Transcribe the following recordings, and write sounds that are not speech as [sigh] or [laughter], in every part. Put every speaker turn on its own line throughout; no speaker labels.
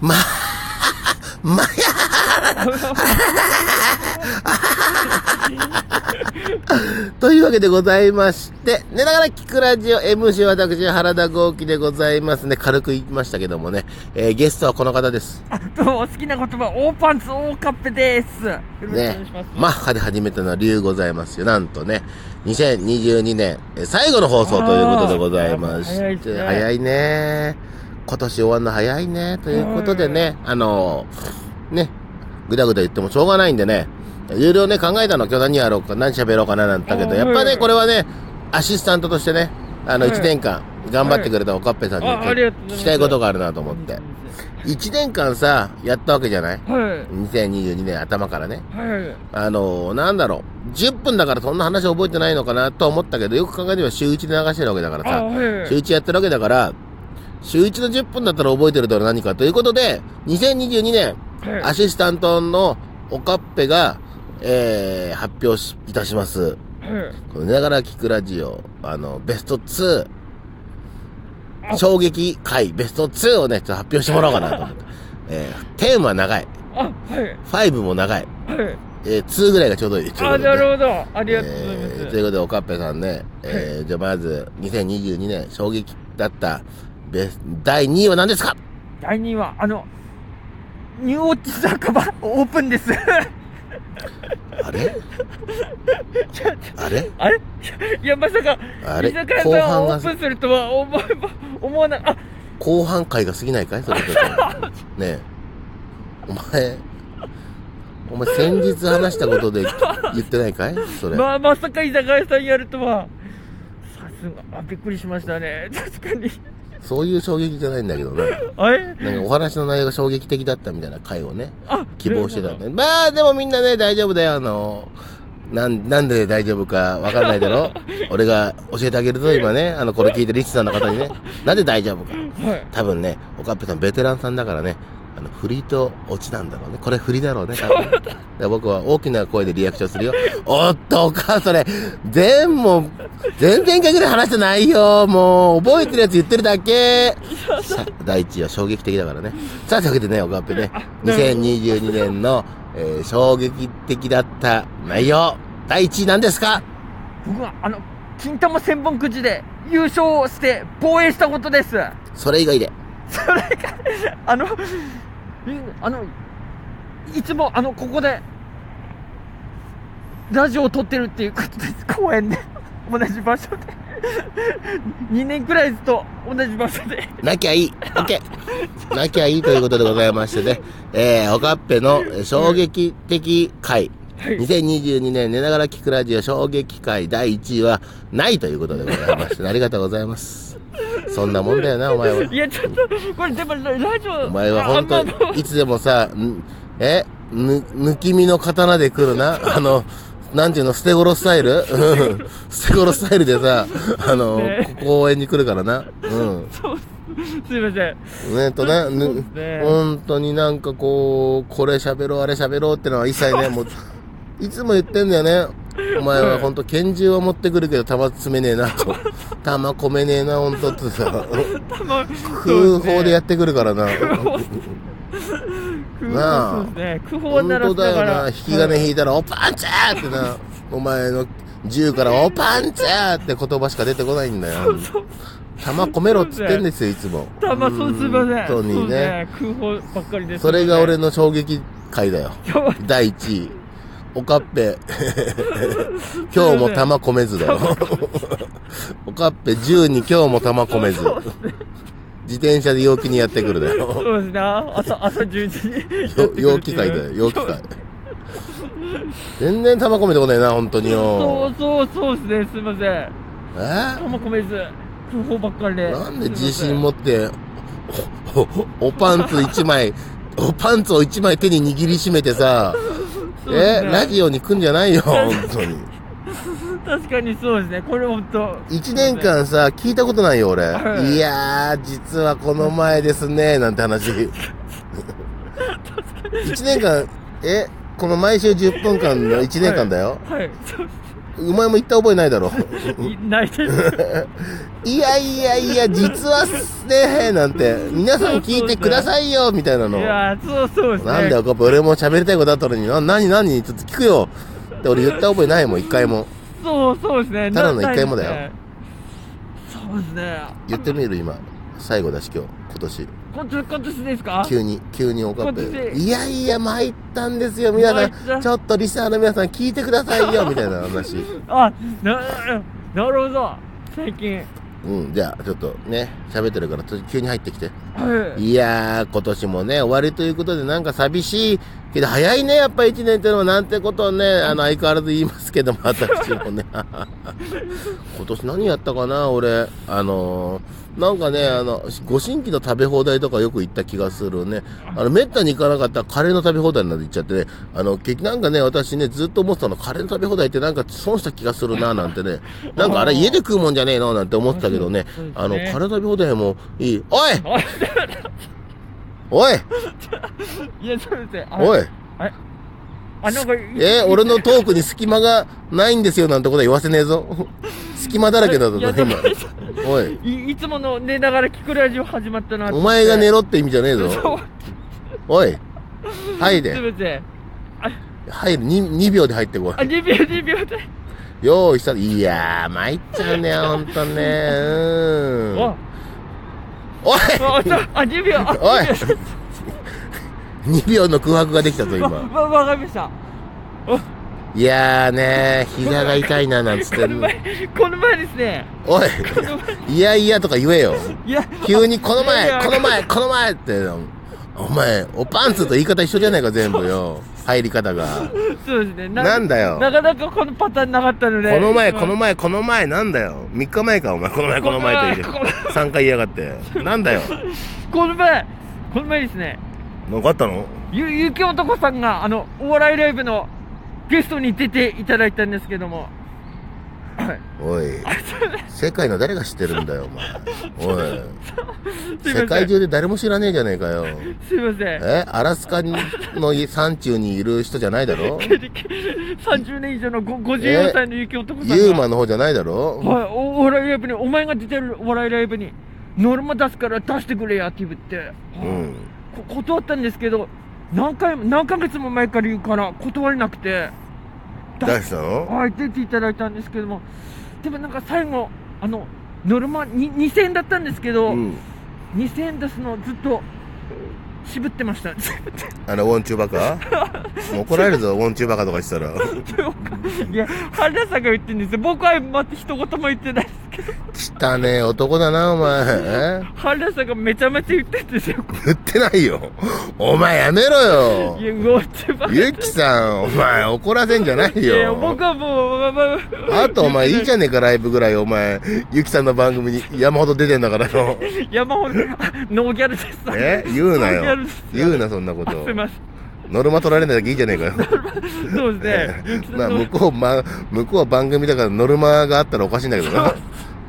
ま、まや [laughs] というわけでございまして、寝ながら聞くラジオ MC 私原田豪樹でございますね。軽く言いましたけどもね、えーゲストはこの方です。
どうも好きな言葉、オーパンツ、オーカップです。よろしくお願いします。
マッハで始めたのは理由ございますよ。なんとね、2022年えー最後の放送ということでございまして、
あー早いですね
早いね。今年終わるの早いね。ということでね、あのーね、ぐだぐだ言ってもしょうがないんでね、有料ね、考えたの今日何やろうか、何喋ろうかななんて言ったけど、
うん
やっぱね、これはね、アシスタントとしてね、あの、
うん
1年間頑張ってくれたおかっぺさんに
あありがとうございます
聞きたいことがあるなと思って。1年間さ、やったわけじゃない
は
?2022 年頭からね。
い。はい。
あのなんだろう、10分だからそんな話覚えてないのかなとは思ったけど、よく考えてみれば週1で流してるわけだから
あ、
さ、
はい。
週1やってるわけだから、週1の10分だったら覚えてるだろう何かということで、2022年、
はい
アシスタントのおかっぺが、えー、発表しいたします。
はい
この寝ながら聞くラジオ、あの、ベスト2、衝撃回ベスト2をね、ちょっと発表してもらおうかなと思って。えー、10は長い。
あ、はい。
5も長い。
はい。
えー、2ぐらいがちょうどいい。ちょう
あ、
どいいね
なるほど。ありがとうござい
え
ま
ー
す
という。ことで、おかっぺさんね、えー、じゃあまず、2022年、衝撃だった、ベス第2位は何ですか
第2位は、あの、ニューオーチ酒場、オープンです。
あれあれ
あれ [laughs] いや、まさか、
あれ
居酒屋
後
さん
半
を
が
オープンするとは思えば、思わなかっ
後半回が過ぎないかい
[laughs]
それちょっとねえ。お前、お前先日話したことで言ってないかいそ
た。
れ。
まあ、まさか居酒屋さんやるとは。さすが、あ、びっくりしましたね。確かに。
そういう衝撃じゃないんだけどね。
あれ
なんかお話の内容が衝撃的だったみたいな回をね。
あ、
希望してたんで。まあ、でもみんなね、大丈夫だよ。あの、なん、なんで大丈夫かわかんないだろ俺が教えてあげるぞ、今ね。あの、これ聞いてるリスナーの方にね。なんで大丈夫か。
はい。
多分ね、おかっぺさんベテランさんだからね、あの、振りと落ちなんだろうね。これ振りだろうね、多分。だから僕は大きな声でリアクションするよ。おっと、お母さん、それ、全も、全々回ぐらい話してないよ。もう、覚えてるやつ言ってるだけ。さ第一位は衝撃的だからね。さあ、というわけでね、おかっぺね、2022年の、えー衝撃的だった内容、第一位なんですか
僕はあの金玉千本くじで優勝して防衛したこと
[laughs]
です
それ以外で。
それがあのいあのいつもあのここでラジオを撮ってるっていうことです公園で同じ場所で2年くらいずっと同じ場所で
なきゃいい。オッケー。なきゃいいということでございましてね。えー、おかっぺのえー衝撃的回。
はい
2022年寝ながら聞くラジオ衝撃回第1位はないということでございま
[laughs]。
して、ありがとうございます。そんなもんだよな、お前はい
やちょっとこれでもララジオ
お前は本
あんまあ
当
の
いつでもさ、んえぬ、抜き身の刀で来るな。あの、なんていうの、捨て頃スタイルうん捨て頃スタイルでさ、あの、
ね
こ公園に来るからな。うん。
そうすいません
ねえとね、
そう
ぬ
ですね
本当になんかこう、これ喋ろう、あれ喋ろうってのは一
[laughs]
切ね、もう、いつも言ってんだよね。お前は本当拳銃は持ってくるけど、弾詰めねえ
[laughs]
な、と弾込めねえな、本当ってさ、
たま
空砲でや
っ
ってくるからな。
[laughs] 空
なあ
砲そうですね空砲を
本
鳴ら
当
し
だ
なが
よ
ら
な、引き金引いたら、おパンチャーってな、お前の銃から、おパンチャーって言葉しか出てこないんだよ。弾込めろっつってんですよ、いつも。
たまそうすいません
本当
そ
に
う
ね。
ね空砲ばっかりです
それが俺の衝撃回だよ。
今
第1位。おかっぺ。今日も玉込めずだよ。おかっぺ10に今日も玉込めず。自転車で陽気にやってくるだ
[laughs]
よ。
そうですね朝朝10時
よ
に
陽気会だよ、陽気会。全然玉込めてこないな、本当に
そ
よ
う。そうそうですねすいません
え
玉込めず空砲ばっかりで
なんで自信持って、おおおパンツ1枚、おパンツを1枚手に握りしめてさ、えラジオに来んじゃないよ、本当に。
オ確かにそうですねこれ本当
一年間さ、聞いたことないよ、俺。
はい
いやー、実はこの前ですね、なんて話。一年間、え、この毎週10分間の一年間だよ。
はいそうです
お前も言った覚えないだろ。
いな
[laughs]
いです。
いやいやいや、実はね、なんて、皆さん聞いてくださいよ、みたいないの。
やー、そうそうですね。
なんだよ、コップ、俺も喋りたいことあったのに、な、なになに、ちょっと聞くよ。って俺言った覚えないもん、一回も。
そうそうですね。
ただの一回もだよ
なないですね。そうですね。
言ってみる、今。最後だし、今日、今年。
今年、今年ですか
急に、急におかっ
こっち
いやいや、参ったんですよ、皆さ
参った
ん。ちょっとリスナーの皆さん聞いてくださいよ、みたいな話。
あ、な、なるほど。最近。
うん、じゃあ、ちょっとね、喋ってるから、ちょっと急に入ってきて。
はい。
いやー、今年もね、終わりということで、なんか寂しいけど、早いね、やっぱ1年ってのは、なんてことをね、あの、相変わらず言いますけども、 [laughs] 私もね。今年何やったかな、俺。あのー、なんかね、あの、ご新規の食べ放題とかよく行った気がするね。あの、めったに行かなかったカレーの食べ放題なんて行っちゃってね、あの、結局なんかね、私ね、ずっと思ってたの、カレーの食べ放題ってなんか損した気がするな、なんてね。なんかあれ、家で食うもんじゃねえの、なんて思ってたけどね
そうで、すね
あの、カレーの食べ放題もいい。
[laughs]
おい
おい
おい
いや、そうですね。あ
おい、
あ、なんか、
えー俺のトークに隙間がないんですよなんてことは言わせねえ
[laughs]
ぞ。隙間だらけだぞ、
いや
今。おい、
いいつもの寝ながら聞くラジオ始まったなと
お
思って
前が寝ろって意味じゃねえ
そう
ぞ。お
[laughs]
い、入
す
れ。
みません
入る、2, 2秒で入ってこ
あ2秒2秒で、
い。よーい、したいやー、参っちゃうね、ほんとね。う
[laughs]
ーん。
あ
おい
あそうあ2秒あ
おい
2秒
[laughs] !2 秒の空白ができたぞ、
わ
今。
わわかりました
いやーね膝が痛いな、なんつって
こ。の前この前ですね
おい、
この前
いやいやとか言えよ。
いや
急にこの
いや
前、
いや
この前、この前って、お前、おパンツと言い方一緒じゃないか、全部よ。入り方が。
そうですね
なんだよ
なかなかこのパターンなかったので
この前、
まあ
この前、この前、なんだよ。3日前か、お前、この前、この前と言
こ
っ
の
て。3回言いやがって。なんだよ。
この前この前ですね
分かったの
ゆゆき男さんがあのお笑いライブのゲストに出ていただいたんですけどもはい
おい、
あすいません
世界の誰が知ってるんだよ、お前。おい、
すいません
世界中で誰も知らねえじゃねえかよ。
すいません
えアラスカにの山中にいる人じゃないだろ
[laughs] 30年以上のご54歳の雪男さんが、
ユーマの方じゃないだろ
はい、おお笑いライブにお前が出てるお笑いライブにノルマ出すから出してくれやって言って、
うん。
こ断ったんですけど何回も何ヶ月も前から言うから断れなくて
出したの
はい出ていただいたんですけどもでもなんか最後あのノルマに2000円だったんですけど、
うん。
2000円出すのずっと渋ってました
あの、ウォンチューバ
[laughs]
カもう怒られるぞ、ウォンチューバカとかしてたら。
いや春田さんが言ってるんですよ僕はまた一言も言ってないですけど
汚ねえ男だな、お前。
春田さんがめちゃめちゃ言ってるんですよ
言ってないよ。お前やめろよ
い。や、動いてばっかり
ゆきさん、お前怒らせんじゃない
いやいや、
よ
僕。はもう、まあまあまあ
あとお前いいじゃねえか、ライブぐらい、お前。ゆきさんの番組に山ほど出てんだから
[laughs]
よ。
山ほど、あノーギャルです。
え言うな
ノーギャ
よ
ルです。
言うな、そんなこ
あ
と
すい。ませ
ノルマ取られないだけいいじゃねえかよ。
ん。そうですね。
まあ、向こう、ま、向こうは番組だからノルマがあったらおかしいんだけどな。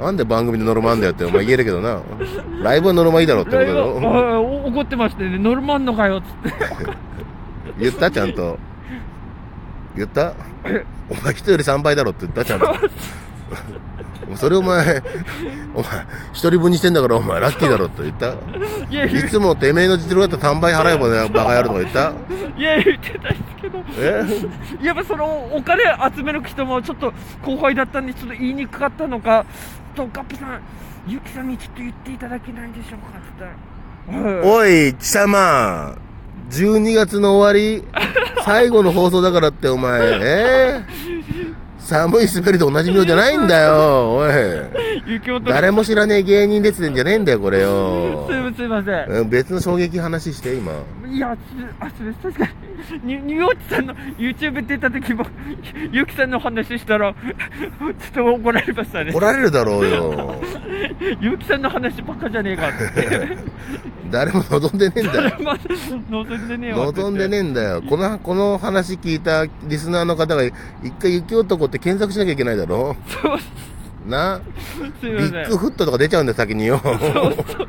なんで番組でノルマあんだよってお前言えるけどな。ライブはノルマいいだろってこと
ラ
だ
イブは
ろ。
あお怒ってましたよね。ノルマンのかよ、つって。
言ったちゃんと言ったお前人より3倍だろって言ったちゃんとそれお前お前一人分にしてんだからお前ラッキーだろって言った
いや、
いつもてめえの実力だったら3倍払えばねバカ野郎とか言った
いや、言ってたんですけど。
え
やっぱその、お金集める人も、ちょっと後輩だったんで、ちょっと言いにくかったのか、ちょっと、ガップさん、ゆきさんにちょっと言っていただけないでしょうか、つって。はい [laughs]
おい貴様12月の終わり最後の放送だからってお前え寒い滑りと同じ病じゃないんだよおい
ゆきおと [laughs]
誰も知らねえ芸人列伝じゃねえんだよこれよ
すいませんすいません。
うん別の衝撃話して今
いや、すあ、それ確かに、ニュニューヨーチさんの YouTube 出た時も、 [laughs] ゆきさんの話したら、ち [laughs] ょっと怒られましたね
怒。られるだろうよ
ゆきさんの話ばっかじゃねえ
[laughs]
かって。 [laughs]
誰も望んでねえんだよ
まあ望 [laughs] んでねえわ。
望んでねえんだよこのこの話聞いたリスナーの方が一回雪男って検索しなきゃいけないだろ
[laughs] そう
な
すい
ビ
ませ
ッグ
ん。
フットとか出ちゃうんだよ先によ
[laughs] そうそう。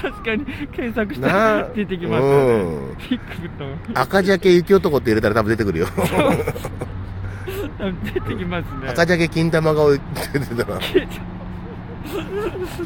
確かに、検索した
な
ら出てきましたね。
うん
ビッグフット。 [laughs]
赤ジャケ雪男って入れたら多分出てくるよ
出てきますね
赤ジャケ金玉が出てたな。
消えちゃ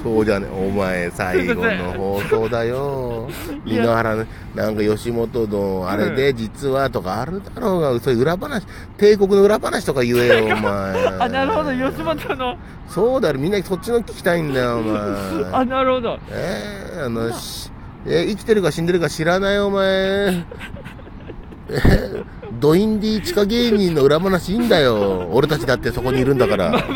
そうじゃね、お前最後の放送だよ。
い
井
や
ノ原ね、なんか吉本のあれで実はとかあるだろうが、そういう裏話、帝国の裏話とか言えよ、お前。
[laughs] うあなるほど吉本の
そうだろ、みんなそっちの聞きたいんだよ、お
あ [laughs]
前。
なるほど
えー、あの、しえー生きてるか死んでるか知らない、お前。えードインディ地下芸人の裏話いいんだよ。俺たちだってそこにいるんだから。
まあ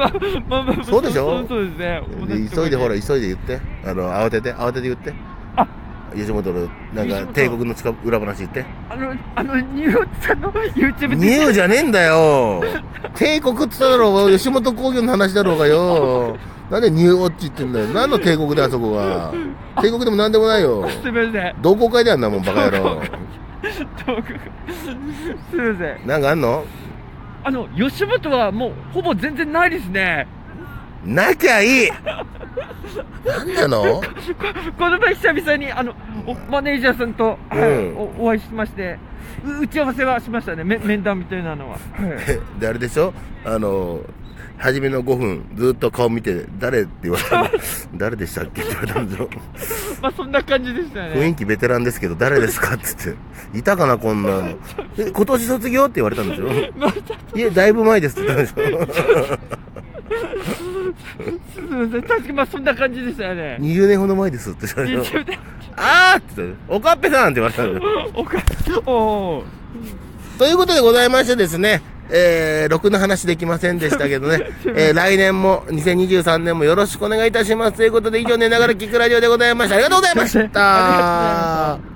まあまあ
そうでしょ
そうそうそうですね
で急いでほら急いで言ってあの慌てて慌てて言って
あ
吉本のなん
吉
か
本
帝国の近く裏話言って
あのあのニューさんの YouTube
ニューじゃねえんだよ帝国っつっただろうが吉本興業の話だろうがよなんでニューオッチって言うんだよ何の帝国だよあそこが帝国でも何でもないよ
すみません
同好会だよあんなもんバカ野郎
遠くすみません
なんかあんの
あの吉本はもうほぼ全然ないですね
なきゃいいなんな [laughs] の
こ [laughs] この前久々にあのおマネージャーさんと、はい
うん
おお会いしましてう打ち合わせはしましたねめ面談みたいなのは、はい
えであれでしょあの初めの5分ずっと顔見て誰って言われた [laughs] の誰でしたっけって言われたんですよ
まあそんな感じでした
雰
ね
囲気ベテランですけど誰ですかって言っていたかなこんなのえ今年卒業って言われたんですよ
まあちょっ
いえだいぶ前ですって言ったんです [laughs] よ
とすみません確かにまあそんな感じでしたよね
20年ほど前ですって言ったんですよ
YouTube で [laughs]
あーって言ったおかっぺさんって言われたんですよ
おかおー
ということでございましてですね、えー、ろくな話できませんでしたけどね、えー、来年も、2023年もよろしくお願いいたします。ということで、以上、寝ながら聞くラジオでございました。ありがとうございまし
ありがとうございま
た。